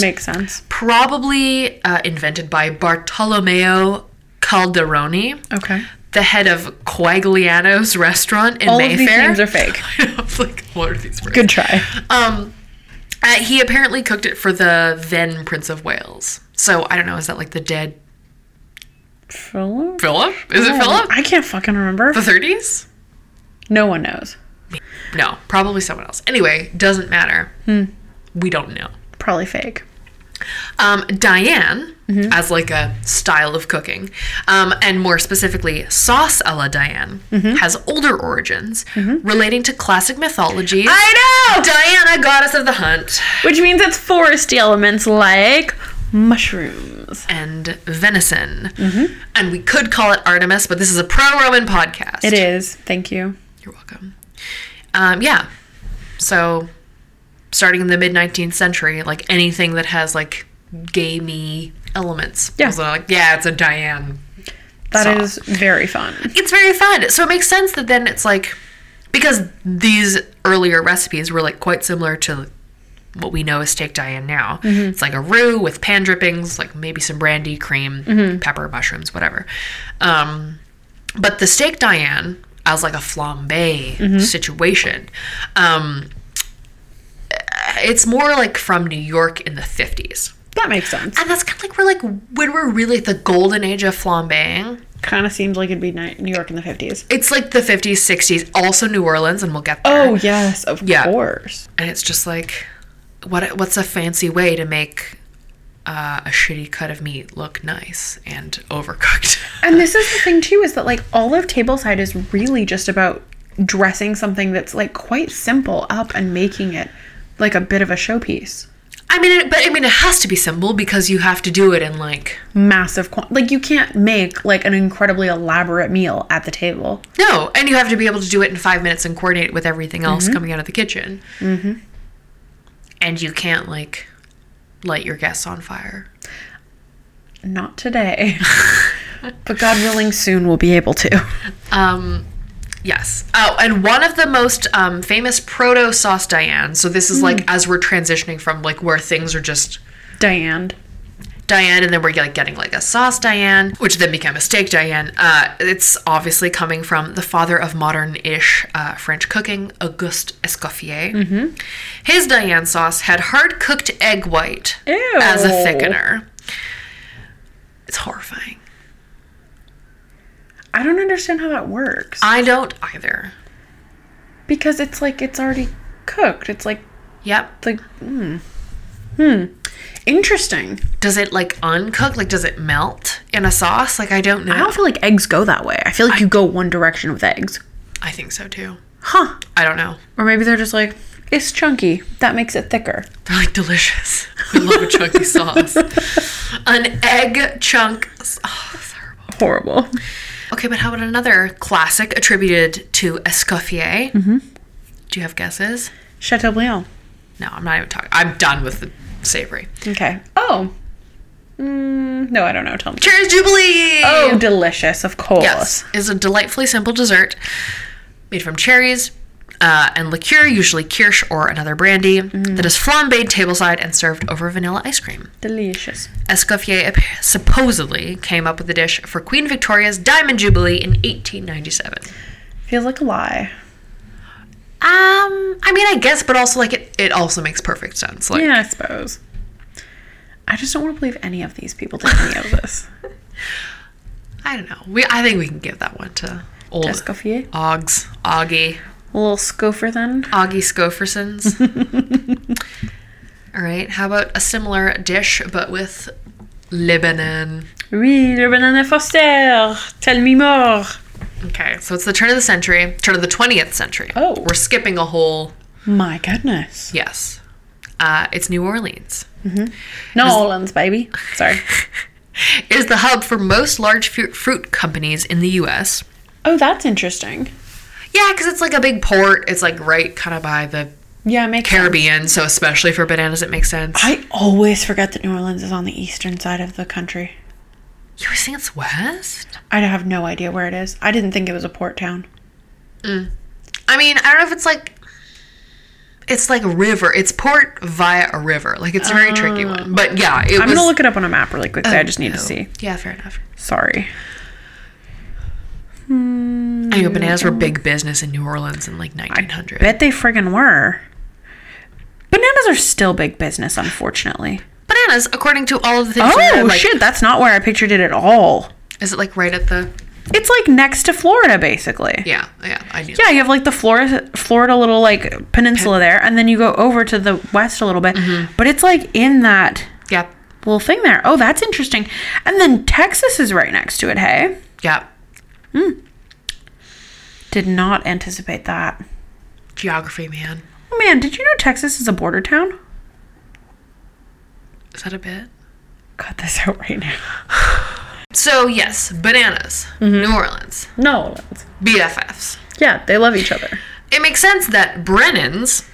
Speaker 1: Makes sense.
Speaker 2: Probably uh, invented by Bartolomeo Calderoni,
Speaker 1: Okay.
Speaker 2: the head of Quagliano's restaurant in
Speaker 1: All
Speaker 2: Mayfair.
Speaker 1: of these names are fake.
Speaker 2: I was like, what are these words?
Speaker 1: Good try.
Speaker 2: Um, uh, he apparently cooked it for the then Prince of Wales. So I don't know, is that like the dead
Speaker 1: Philip?
Speaker 2: Philip? Is it Philip?
Speaker 1: I can't fucking remember.
Speaker 2: The 30s?
Speaker 1: No one knows.
Speaker 2: No, probably someone else. Anyway, doesn't matter.
Speaker 1: Hmm.
Speaker 2: We don't know.
Speaker 1: Probably fake.
Speaker 2: Um, Diane,
Speaker 1: Mm-hmm.
Speaker 2: as like a style of cooking, um, and more specifically, sauce a la Diane,
Speaker 1: Mm-hmm.
Speaker 2: has older origins relating to classic mythology.
Speaker 1: I
Speaker 2: Diana, goddess of the hunt,
Speaker 1: Which means it's foresty elements like mushrooms.
Speaker 2: and venison.
Speaker 1: Mm-hmm.
Speaker 2: And we could call it Artemis, but this is a pro Roman podcast.
Speaker 1: It is. Thank you.
Speaker 2: You're welcome. Um, yeah. So, starting in the mid 19th century, like anything that has like gamey elements.
Speaker 1: Yeah.
Speaker 2: was like, yeah, it's a Diane.
Speaker 1: That
Speaker 2: Sauce.
Speaker 1: is very fun.
Speaker 2: It's very fun. So, it makes sense that then it's like, because these earlier recipes were like quite similar to what we know as steak Diane now. It's like a roux with pan drippings, like maybe some brandy, cream, pepper, mushrooms, whatever. Um, but the steak Diane as like a flambe situation. Um, it's more like from New York in the 50s.
Speaker 1: That makes sense.
Speaker 2: And that's kind of like we're like when we're really at the golden age of flambeing.
Speaker 1: Kind of seems like it'd be Ni- New York in the 50s.
Speaker 2: It's like the 50s, 60s, also New Orleans, and we'll get there.
Speaker 1: Oh, yes, of
Speaker 2: Yeah.
Speaker 1: course.
Speaker 2: and it's just like what what's a fancy way to make uh, a shitty cut of meat look nice and overcooked
Speaker 1: And this is the thing, too, is that like all of tableside is really just about dressing something that's like quite simple up and making it like a bit of a showpiece.
Speaker 2: i mean it, but i mean it has to be simple because you have to do it in like
Speaker 1: Massive, quan- like you can't make like an incredibly elaborate meal at the table.
Speaker 2: no and you have to be able to do it in five minutes and coordinate it with everything else coming out of the kitchen mm-hmm. and you can't like light your guests on fire
Speaker 1: Not today. but God willing, soon we'll be able to.
Speaker 2: Um, yes. Oh, and one of the most um, famous proto sauce Diane. So this is like as we're transitioning from like where things are just
Speaker 1: Diane.
Speaker 2: Diane, and then we're like getting like a sauce Diane, which then became a steak Diane. Uh, it's obviously coming from the father of modern-ish uh, French cooking, Auguste Escoffier. His Diane sauce had hard-cooked egg white
Speaker 1: Ew.
Speaker 2: as a thickener. It's horrifying.
Speaker 1: I don't understand how that works.
Speaker 2: I don't either.
Speaker 1: Because it's like it's already cooked. It's like
Speaker 2: Yep.
Speaker 1: like hmm. Hmm. Interesting.
Speaker 2: Does it like uncook? Like, does it melt in a sauce? Like, I don't know.
Speaker 1: I don't feel like eggs go that way. I feel like you go one direction with eggs.
Speaker 2: I think so too.
Speaker 1: Huh.
Speaker 2: I don't know.
Speaker 1: Or maybe they're just like, it's chunky. That makes it thicker.
Speaker 2: They're like delicious. I love a chunky sauce. An egg chunk. s- Oh, that's horrible.
Speaker 1: Horrible.
Speaker 2: Okay, but how about another classic attributed to Escoffier? Mm-hmm. Do you have guesses?
Speaker 1: Chateaubriand.
Speaker 2: No, I'm not even talking. I'm done with the savory.
Speaker 1: Okay. Oh. Mm, no, I don't know. Tell me.
Speaker 2: Cheers, Jubilee!
Speaker 1: Oh, delicious, of course.
Speaker 2: Yes, is a delightfully simple dessert made from cherries uh, and liqueur, usually kirsch or another brandy,
Speaker 1: Mm.
Speaker 2: that is flambéed tableside and served over vanilla ice cream.
Speaker 1: Delicious.
Speaker 2: Escoffier appa- supposedly came up with the dish for Queen Victoria's Diamond Jubilee in 1897.
Speaker 1: Feels like a lie.
Speaker 2: Um, I mean, I guess, but also like it, it also makes perfect sense. Like,
Speaker 1: Yeah, I suppose. I just don't want to believe any of these people did any of this.
Speaker 2: I don't know. We, I think we can give that one to old
Speaker 1: Escoffier.
Speaker 2: Oggs, Augie.
Speaker 1: A little scoffer then.
Speaker 2: Augie Scoffersons. All right, how about a similar dish but with Lebanon?
Speaker 1: Oui, le banana foster. Tell me more.
Speaker 2: Okay, so it's the turn of the century, turn of the 20th century.
Speaker 1: Oh.
Speaker 2: We're skipping a whole,
Speaker 1: My goodness.
Speaker 2: yes. Uh, it's New Orleans.
Speaker 1: New Orleans, baby. Sorry.
Speaker 2: It is the hub for most large fu- fruit companies in the US.
Speaker 1: Oh, that's interesting.
Speaker 2: Yeah, because it's like a big port. It's like right kind of by the
Speaker 1: Yeah, make
Speaker 2: Caribbean, so especially for bananas, it makes sense.
Speaker 1: I always forget that New Orleans is on the eastern side of the country.
Speaker 2: You always think it's west?
Speaker 1: I have no idea where it is. I didn't think it was a port town.
Speaker 2: I mean, I don't know if it's like it's like a river. It's port via a river. Like it's a very tricky one. But yeah, it
Speaker 1: Oh. I'm
Speaker 2: was.
Speaker 1: gonna look it up on a map really quickly. I just need to
Speaker 2: Oh,
Speaker 1: see.
Speaker 2: Yeah, fair enough.
Speaker 1: Sorry. Hmm. Mm.
Speaker 2: I know bananas were big business in New Orleans in like 1900.
Speaker 1: Bet they friggin' were. Bananas are still big business, unfortunately.
Speaker 2: bananas, according to all of the things, we
Speaker 1: Oh
Speaker 2: read, like,
Speaker 1: shit, that's not where I pictured it at all.
Speaker 2: is it like right at the?
Speaker 1: It's like next to Florida, basically.
Speaker 2: Yeah, yeah, I knew.
Speaker 1: Yeah, you have like the Florida, Florida little like peninsula there, and then you go over to the west a little bit. But it's like in that
Speaker 2: yeah,
Speaker 1: little thing there. Oh, that's interesting. And then Texas is right next to it. Hey,
Speaker 2: yeah.
Speaker 1: did not anticipate that.
Speaker 2: Geography, man.
Speaker 1: Oh man, did you know Texas is a border town?
Speaker 2: Is that a bit?
Speaker 1: Cut this out right now.
Speaker 2: So yes, bananas,
Speaker 1: Mm-hmm.
Speaker 2: New Orleans,
Speaker 1: No,
Speaker 2: BFFs.
Speaker 1: yeah, they love each other.
Speaker 2: It makes sense that Brennan's,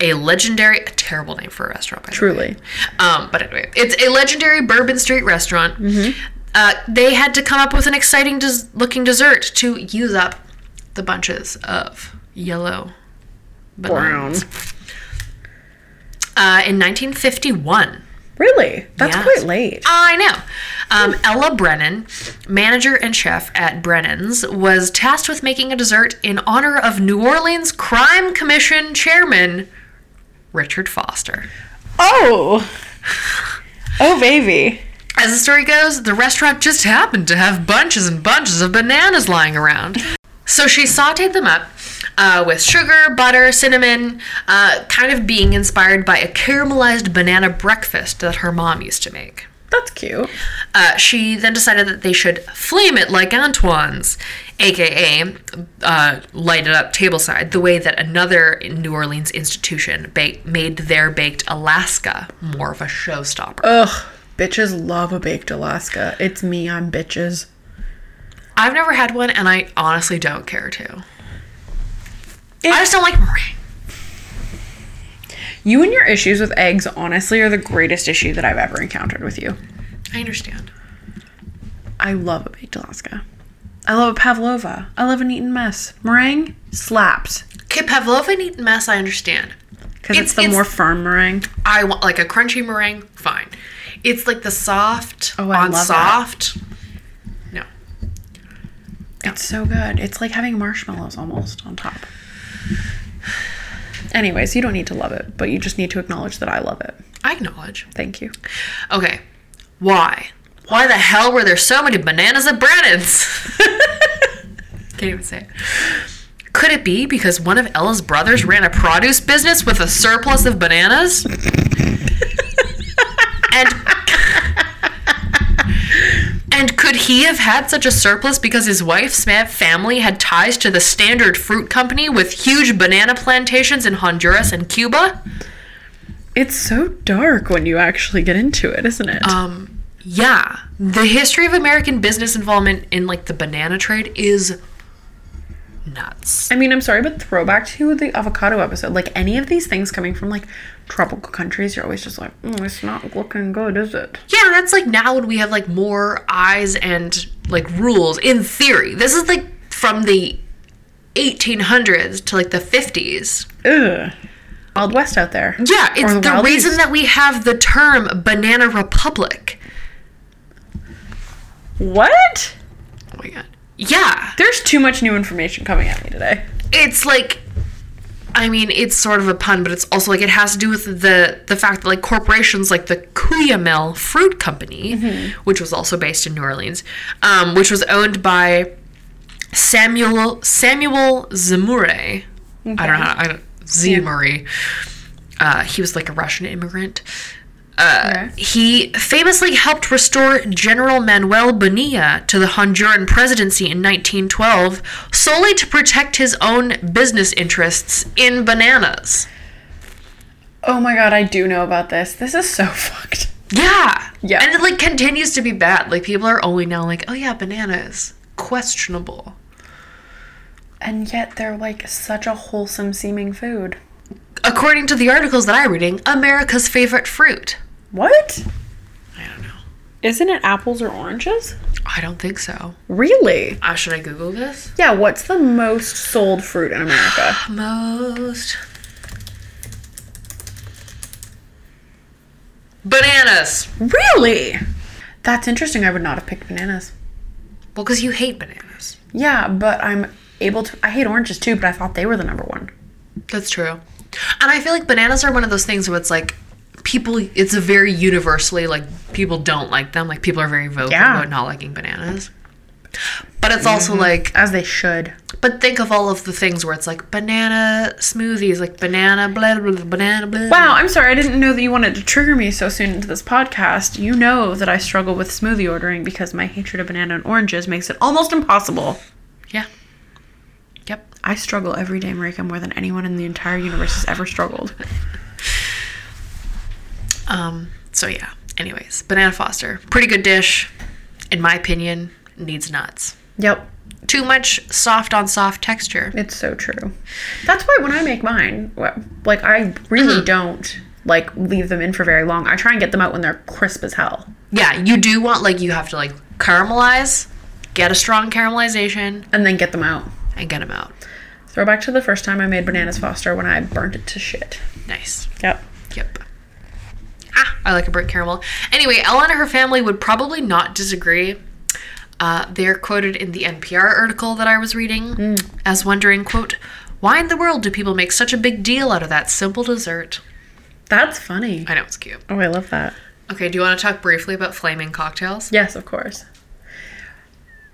Speaker 2: a legendary, a terrible name for a restaurant, by the way.
Speaker 1: Truly.
Speaker 2: Um, but anyway, it's a legendary Bourbon Street restaurant. Uh, they had to come up with an exciting des- looking dessert to use up the bunches of yellow bananas. Uh, in 1951,
Speaker 1: Really? That's
Speaker 2: Yes.
Speaker 1: quite late.
Speaker 2: I know. Um, Ella Brennan, manager and chef at Brennan's, was tasked with making a dessert in honor of New Orleans Crime Commission Chairman Richard Foster.
Speaker 1: Oh. Oh, baby.
Speaker 2: As the story goes, the restaurant just happened to have bunches and bunches of bananas lying around. So she sauteed them up uh, with sugar, butter, cinnamon, uh, kind of being inspired by a caramelized banana breakfast that her mom used to make.
Speaker 1: That's cute.
Speaker 2: Uh, she then decided that they should flame it like Antoine's, aka uh, light it up tableside, the way that another New Orleans institution ba- made their baked Alaska more of a showstopper.
Speaker 1: Ugh. Bitches love a baked Alaska. It's me, I'm bitches.
Speaker 2: I've never had one, and I honestly don't care to.
Speaker 1: It-
Speaker 2: I just don't like meringue.
Speaker 1: You and your issues with eggs, honestly, are the greatest issue that I've ever encountered with you.
Speaker 2: I understand.
Speaker 1: I love a baked Alaska. I love a pavlova. I love an eaten mess. Meringue slaps
Speaker 2: Okay, pavlova and eaten mess, I understand.
Speaker 1: because it's,
Speaker 2: It's-
Speaker 1: the
Speaker 2: it's-
Speaker 1: more firm meringue.
Speaker 2: I want like a crunchy meringue, fine. It's like the soft
Speaker 1: Oh, I
Speaker 2: on
Speaker 1: love that.
Speaker 2: soft. No.
Speaker 1: It's so good. It's like having marshmallows almost on top. Anyways, you don't need to love it, but you just need to acknowledge that I love it.
Speaker 2: I acknowledge.
Speaker 1: Thank you.
Speaker 2: Okay. Why? Why the hell were there so many bananas at Brennan's? Can't even say it. Could it be because one of Ella's brothers ran a produce business with a surplus of bananas? and and could he have had such a surplus because his wife's ma- family had ties to the Standard Fruit Company with huge banana plantations in Honduras and Cuba?
Speaker 1: It's so dark when you actually get into it, isn't it?
Speaker 2: Um, yeah, the history of American business involvement in like the banana trade is nuts.
Speaker 1: I mean, I'm sorry, but throwback to the avocado episode. Like any of these things coming from like tropical countries, you're always just like, mm, it's not looking good, is it?
Speaker 2: Yeah, that's like now when we have like more eyes and like rules in theory. This is like from the 1800s to like the 50s.
Speaker 1: Ugh. Wild West out there.
Speaker 2: Yeah, it's
Speaker 1: Or the
Speaker 2: the,
Speaker 1: Wild
Speaker 2: reason
Speaker 1: East.
Speaker 2: that we have the term banana republic.
Speaker 1: What?
Speaker 2: Oh my god. Yeah.
Speaker 1: There's too much new information coming at me today.
Speaker 2: it's like I mean, it's sort of a pun, but it's also like it has to do with the the fact that like corporations like the Cuyamel Fruit Company, which was also based in New Orleans, um, which was owned by Samuel Samuel Zemure. I don't know. How, I don't, Zemure. Uh, he was like a Russian immigrant. Uh,
Speaker 1: okay.
Speaker 2: He famously helped restore General Manuel Bonilla to the Honduran presidency in 1912 solely to protect his own business interests in bananas.
Speaker 1: Oh my god, I do know about this. This is so fucked.
Speaker 2: Yeah.
Speaker 1: Yeah.
Speaker 2: And it like continues to be bad. Like people are only now like, "Oh yeah, bananas. Questionable."
Speaker 1: And yet they're like such a wholesome seeming food.
Speaker 2: According to the articles that I'm reading, America's favorite fruit.
Speaker 1: What?
Speaker 2: I don't know.
Speaker 1: Isn't it apples or oranges?
Speaker 2: I don't think so.
Speaker 1: Really?
Speaker 2: Uh, should I Google this?
Speaker 1: Yeah, what's the most sold fruit in America?
Speaker 2: Most bananas.
Speaker 1: really? That's interesting. I would not have picked bananas.
Speaker 2: Well, because you hate bananas.
Speaker 1: Yeah, but I'm able to. I hate oranges too, but I thought they were the number one.
Speaker 2: That's true. And I feel like bananas are one of those things where it's like people, it's a very universally like people don't like them. Like people are very vocal
Speaker 1: Yeah.
Speaker 2: about not liking bananas. But it's also like,
Speaker 1: As they should.
Speaker 2: but think of all of the things where it's like banana smoothies, like banana, blah, blah, blah, banana, blah.
Speaker 1: Wow, I'm sorry. I didn't know that you wanted to trigger me so soon into this podcast. You know that I struggle with smoothie ordering because my hatred of banana and oranges makes it almost impossible.
Speaker 2: Yeah. Yep.
Speaker 1: I struggle every day, Marika, more than anyone in the entire universe has ever struggled.
Speaker 2: Um, so yeah. Anyways, banana foster. Pretty good dish, in my opinion. Needs nuts.
Speaker 1: Yep,
Speaker 2: Too much soft on soft texture.
Speaker 1: it's so true. That's why when I make mine, wh- like, I really don't, like, leave them in for very long. I try and get them out when they're crisp as hell.
Speaker 2: Yeah, you do want like you have to like caramelize, get a strong caramelization,
Speaker 1: And then get them out.
Speaker 2: and get them out.
Speaker 1: Throw back to the first time I made bananas foster when I burnt it to shit.
Speaker 2: Nice.
Speaker 1: Yep.
Speaker 2: Yep. ah, I like a burnt caramel. Anyway, Ellen and her family would probably not disagree. Uh, they're quoted in the NPR article that I was reading as wondering, quote, why in the world do people make such a big deal out of that simple dessert?
Speaker 1: That's funny.
Speaker 2: I know it's cute.
Speaker 1: Oh, I love that.
Speaker 2: Okay, do you want to talk briefly about flaming cocktails?
Speaker 1: Yes, of course.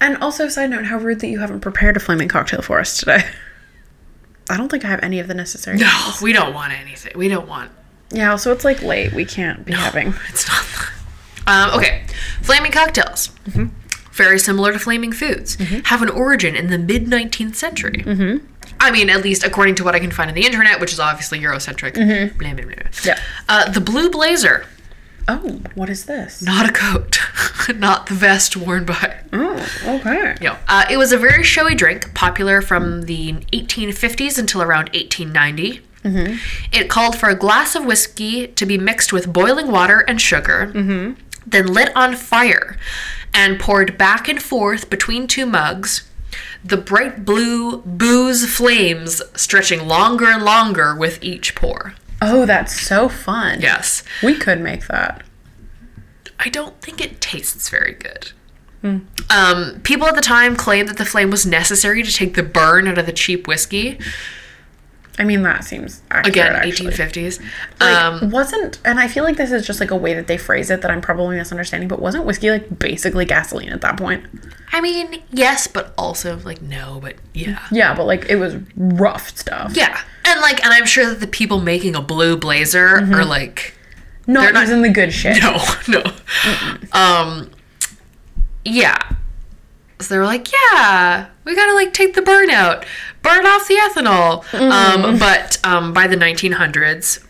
Speaker 1: And also, side note, how rude that you haven't prepared a flaming cocktail for us today. I don't think I have any of the necessary.
Speaker 2: No, we don't want anything. We don't want
Speaker 1: Yeah, also, it's like late. We can't be having.
Speaker 2: It's not. Um, okay, flaming cocktails.
Speaker 1: Mm-hmm.
Speaker 2: Very similar to flaming foods, have an origin in the mid 19th century.
Speaker 1: Mm-hmm.
Speaker 2: I mean, at least according to what I can find on the internet, which is obviously Eurocentric. Blah, blah, blah.
Speaker 1: Mm-hmm. Yeah.
Speaker 2: Uh, the blue blazer,
Speaker 1: Oh, what is this?
Speaker 2: not a coat, not the vest worn by.
Speaker 1: Oh, okay.
Speaker 2: No. Uh, it was a very showy drink, popular from the 1850s until around 1890. It called for a glass of whiskey to be mixed with boiling water and sugar, then lit on fire and poured back and forth between two mugs. The bright blue booze flames stretching longer and longer with each pour.
Speaker 1: Oh, that's so fun.
Speaker 2: Yes.
Speaker 1: We could make that.
Speaker 2: I don't think it tastes very good.
Speaker 1: Hmm.
Speaker 2: Um, people at the time claimed that the flame was necessary to take the burn out of the cheap whiskey.
Speaker 1: I mean, that seems accurate.
Speaker 2: Again,
Speaker 1: actually.
Speaker 2: 1850s.
Speaker 1: Like,
Speaker 2: Um,
Speaker 1: wasn't, and I feel like this is just like a way that they phrase it that I'm probably misunderstanding, but wasn't whiskey like basically gasoline at that point?
Speaker 2: I mean, yes, but also like no, but yeah,
Speaker 1: Yeah, but like it was rough stuff.
Speaker 2: yeah, and like, and I'm sure that the people making a blue blazer
Speaker 1: Mm-hmm.
Speaker 2: are like,
Speaker 1: not,
Speaker 2: not-
Speaker 1: using the good shit.
Speaker 2: no, no, um, yeah. So they were like, yeah, we gotta like take the burn out, burn off the ethanol. Um, but um, by the 1900s,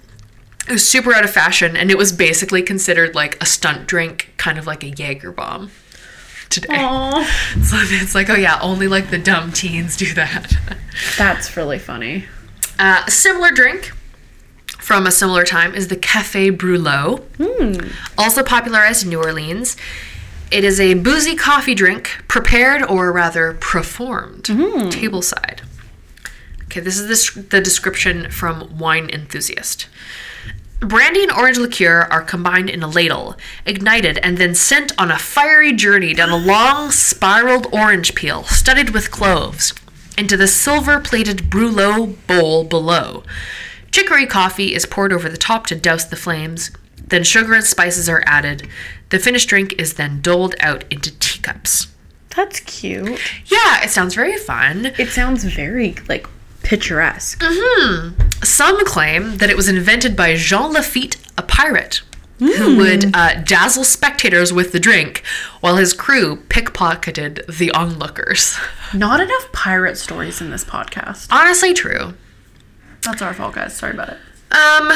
Speaker 2: it was super out of fashion, and it was basically considered like a stunt drink, kind of like a Jaeger bomb. Today,
Speaker 1: Aw.
Speaker 2: so it's like, oh yeah, only like the dumb teens do that.
Speaker 1: That's really funny.
Speaker 2: Uh, a similar drink from a similar time is the Cafe Brulot, also popularized in New Orleans. It is a boozy coffee drink prepared or rather performed tableside. Okay, this is the, the description from Wine Enthusiast. Brandy and orange liqueur are combined in a ladle, ignited, and then sent on a fiery journey down a long, spiraled orange peel studded with cloves into the silver plated brulot bowl below. Chicory coffee is poured over the top to douse the flames, then sugar and spices are added. The finished drink is then doled out into teacups.
Speaker 1: That's cute.
Speaker 2: Yeah, it sounds very fun.
Speaker 1: It sounds very like picturesque.
Speaker 2: Mm-hmm. Some claim that it was invented by Jean Lafitte, a pirate, who would uh, dazzle spectators with the drink while his crew pickpocketed the onlookers.
Speaker 1: Not enough pirate stories in this podcast.
Speaker 2: Honestly, true.
Speaker 1: That's our fault, guys. Sorry about it.
Speaker 2: Um,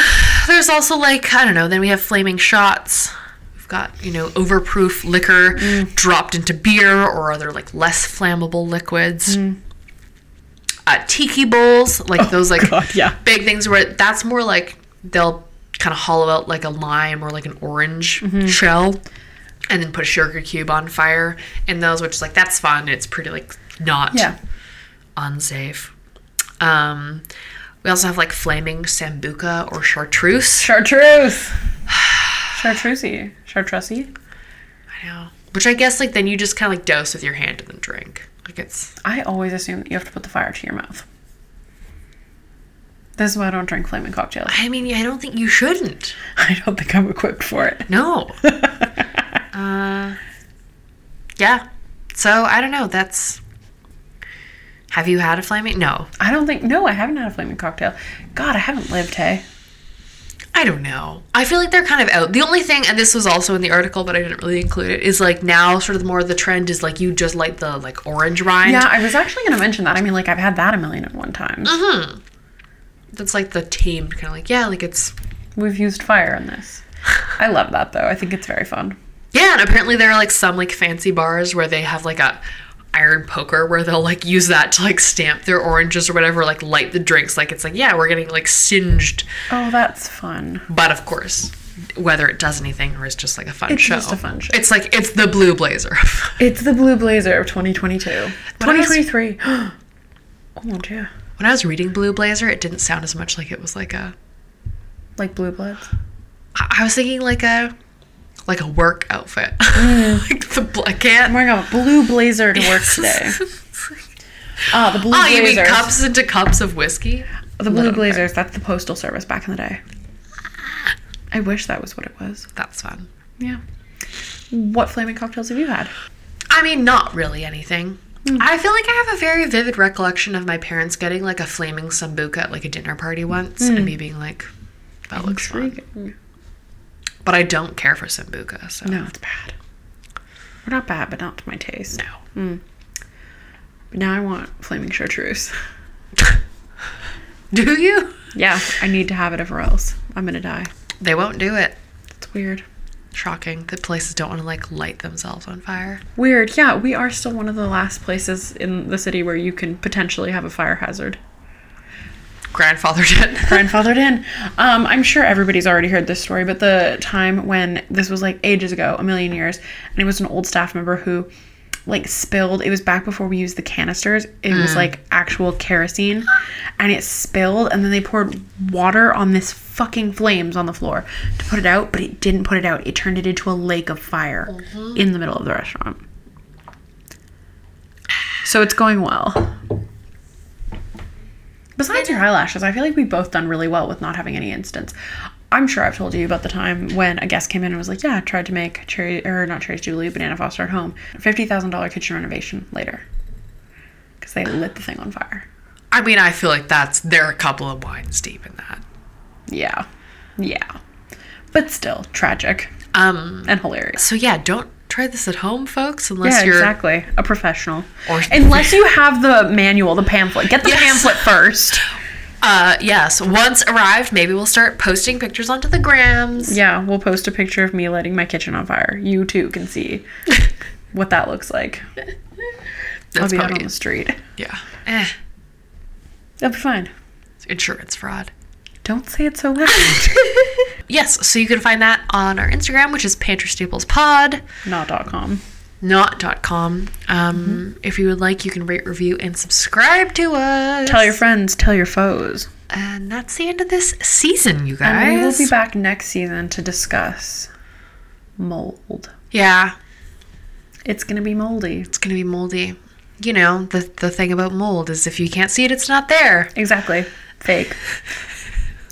Speaker 2: there's also like I don't know. Then we have flaming shots. We've got you know overproof liquor
Speaker 1: Mm.
Speaker 2: dropped into beer or other like less flammable liquids.
Speaker 1: Mm.
Speaker 2: Uh, tiki bowls, like those like
Speaker 1: Oh God, yeah.
Speaker 2: big things where that's more like they'll kind of hollow out like a lime or like an orange
Speaker 1: Mm-hmm.
Speaker 2: shell, and then put a sugar cube on fire in those, which is like that's fun. It's pretty like not unsafe. Um, we also have like flaming sambuca or chartreuse.
Speaker 1: Chartreuse. Chartreusey. Chartreusey.
Speaker 2: I know. Which I guess like then you just kind of like dose with your hand and then drink. Like it's
Speaker 1: I always assume that you have to put the fire to your mouth. This is why I don't drink flaming cocktails.
Speaker 2: I mean I don't think you shouldn't.
Speaker 1: I don't think I'm equipped for it.
Speaker 2: No. uh, yeah. So I don't know. That's. Have you had a flaming? No.
Speaker 1: I don't think. No, I haven't had a flaming cocktail. God, I haven't lived, hey.
Speaker 2: I don't know. I feel like they're kind of out. The only thing, and this was also in the article, but I didn't really include it, is like now sort of more of the trend is like you just light the like orange rind.
Speaker 1: Yeah, I was actually going to mention that. I mean, like, I've had that a million and one times.
Speaker 2: that's like the tamed kind of like yeah like it's
Speaker 1: We've used fire in this. I love that, though. I think it's very fun.
Speaker 2: yeah and apparently there are like some like fancy bars where they have like a iron poker where they'll like use that to like stamp their oranges or whatever like light the drinks like it's like yeah we're getting like singed
Speaker 1: Oh, that's fun.
Speaker 2: but of course whether it does anything or is just like a fun
Speaker 1: It's
Speaker 2: show
Speaker 1: just a fun show.
Speaker 2: it's like it's the blue blazer
Speaker 1: It's the Blue Blazer of 2022.
Speaker 2: What else-
Speaker 1: 2023. oh, mon dieu.
Speaker 2: when i was reading blue blazer it didn't sound as much like it was like a
Speaker 1: Like Blue Bloods.
Speaker 2: I, I was thinking like a like a work outfit. like the bl- I can't.
Speaker 1: I'm wearing a Oh blue blazer to Mm. work today. Ah, the blue
Speaker 2: Oh, you
Speaker 1: blazers.
Speaker 2: mean cups into cups of whiskey?
Speaker 1: The blue
Speaker 2: Little
Speaker 1: blazers. That's the postal service back in the day. I wish that was what it was.
Speaker 2: That's fun.
Speaker 1: Yeah. What flaming cocktails have you had?
Speaker 2: I mean, not really anything.
Speaker 1: Hmm.
Speaker 2: I feel like I have a very vivid recollection of my parents getting like a flaming sambuca at like a dinner party once and me being like, that looks fun.
Speaker 1: Hmm. Intriguing.
Speaker 2: But I don't care for sambuca, so
Speaker 1: No, it's bad. We're not bad, but not to my taste.
Speaker 2: no.
Speaker 1: But now I want flaming chartreuse.
Speaker 2: Do you?
Speaker 1: Yeah, I need to have it ever else. I'm gonna die.
Speaker 2: They won't do it.
Speaker 1: It's weird.
Speaker 2: Shocking that places don't want to like light themselves on fire.
Speaker 1: Weird. Yeah, we are still one of the last places in the city where you can potentially have a fire hazard.
Speaker 2: Grandfather did.
Speaker 1: grandfathered in. Um, I'm sure everybody's already heard this story, but the time when this was like ages ago, a million years, and it was an old staff member who like spilled it was back before we used the canisters it was like actual kerosene and it spilled and then they poured water on this fucking flames on the floor to put it out but it didn't put it out it turned it into a lake of fire in the middle of the restaurant so it's going well Besides your eyelashes, I feel like we've both done really well with not having any incidents. I'm sure I've told you about the time when a guest came in and was like, "Yeah, I tried to make cherry or not cherries Julie, banana foster at home." Fifty thousand dollar kitchen renovation later because they lit the thing on fire.
Speaker 2: I mean, I feel like that's they're a couple of wines deep in that.
Speaker 1: Yeah, yeah, but still tragic
Speaker 2: Um.
Speaker 1: and hilarious.
Speaker 2: So yeah, don't try this at home, folks, unless
Speaker 1: Yeah,
Speaker 2: you're
Speaker 1: exactly. A professional,
Speaker 2: Or-
Speaker 1: unless you have the manual, the pamphlet. Get the
Speaker 2: Yes.
Speaker 1: pamphlet first.
Speaker 2: Uh, yes. Once arrived, maybe we'll start posting pictures onto the grams.
Speaker 1: Yeah, we'll post a picture of me lighting my kitchen on fire. You too can see what that looks like. I'll
Speaker 2: That's
Speaker 1: be out on
Speaker 2: probably-
Speaker 1: the street.
Speaker 2: yeah. Eh,
Speaker 1: That'll be fine.
Speaker 2: insurance fraud.
Speaker 1: Don't say it so loud.
Speaker 2: Yes. So you can find that on our Instagram, which is Pantry Staples Pod,
Speaker 1: Not.com.
Speaker 2: not.com. Um,
Speaker 1: Mm-hmm.
Speaker 2: If you would like, you can rate, review, and subscribe to us.
Speaker 1: Tell your friends, tell your foes.
Speaker 2: And that's the end of this season, you guys.
Speaker 1: And we will be back next season to discuss mold.
Speaker 2: Yeah,
Speaker 1: It's going to be moldy.
Speaker 2: it's gonna be moldy. You know, the the thing about mold is if you can't see it, it's not there.
Speaker 1: Exactly. Fake.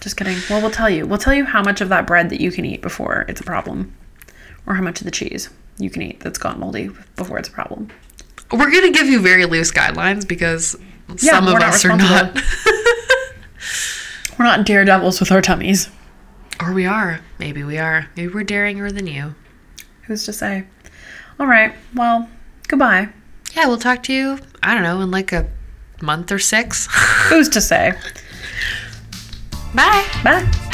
Speaker 1: Just kidding. Well, we'll tell you. We'll tell you how much of that bread that you can eat before it's a problem, or how much of the cheese you can eat that's got moldy before it's a problem.
Speaker 2: We're gonna give you very loose guidelines because
Speaker 1: Yeah,
Speaker 2: some of
Speaker 1: we're not
Speaker 2: us are not.
Speaker 1: We're not daredevils with our tummies.
Speaker 2: Or we are. Maybe we are. Maybe we're daringer than you.
Speaker 1: Who's to say? All right. Well, goodbye.
Speaker 2: Yeah, we'll talk to you, I don't know, in like a month or six.
Speaker 1: Who's to say?
Speaker 2: Bye.
Speaker 1: Bye.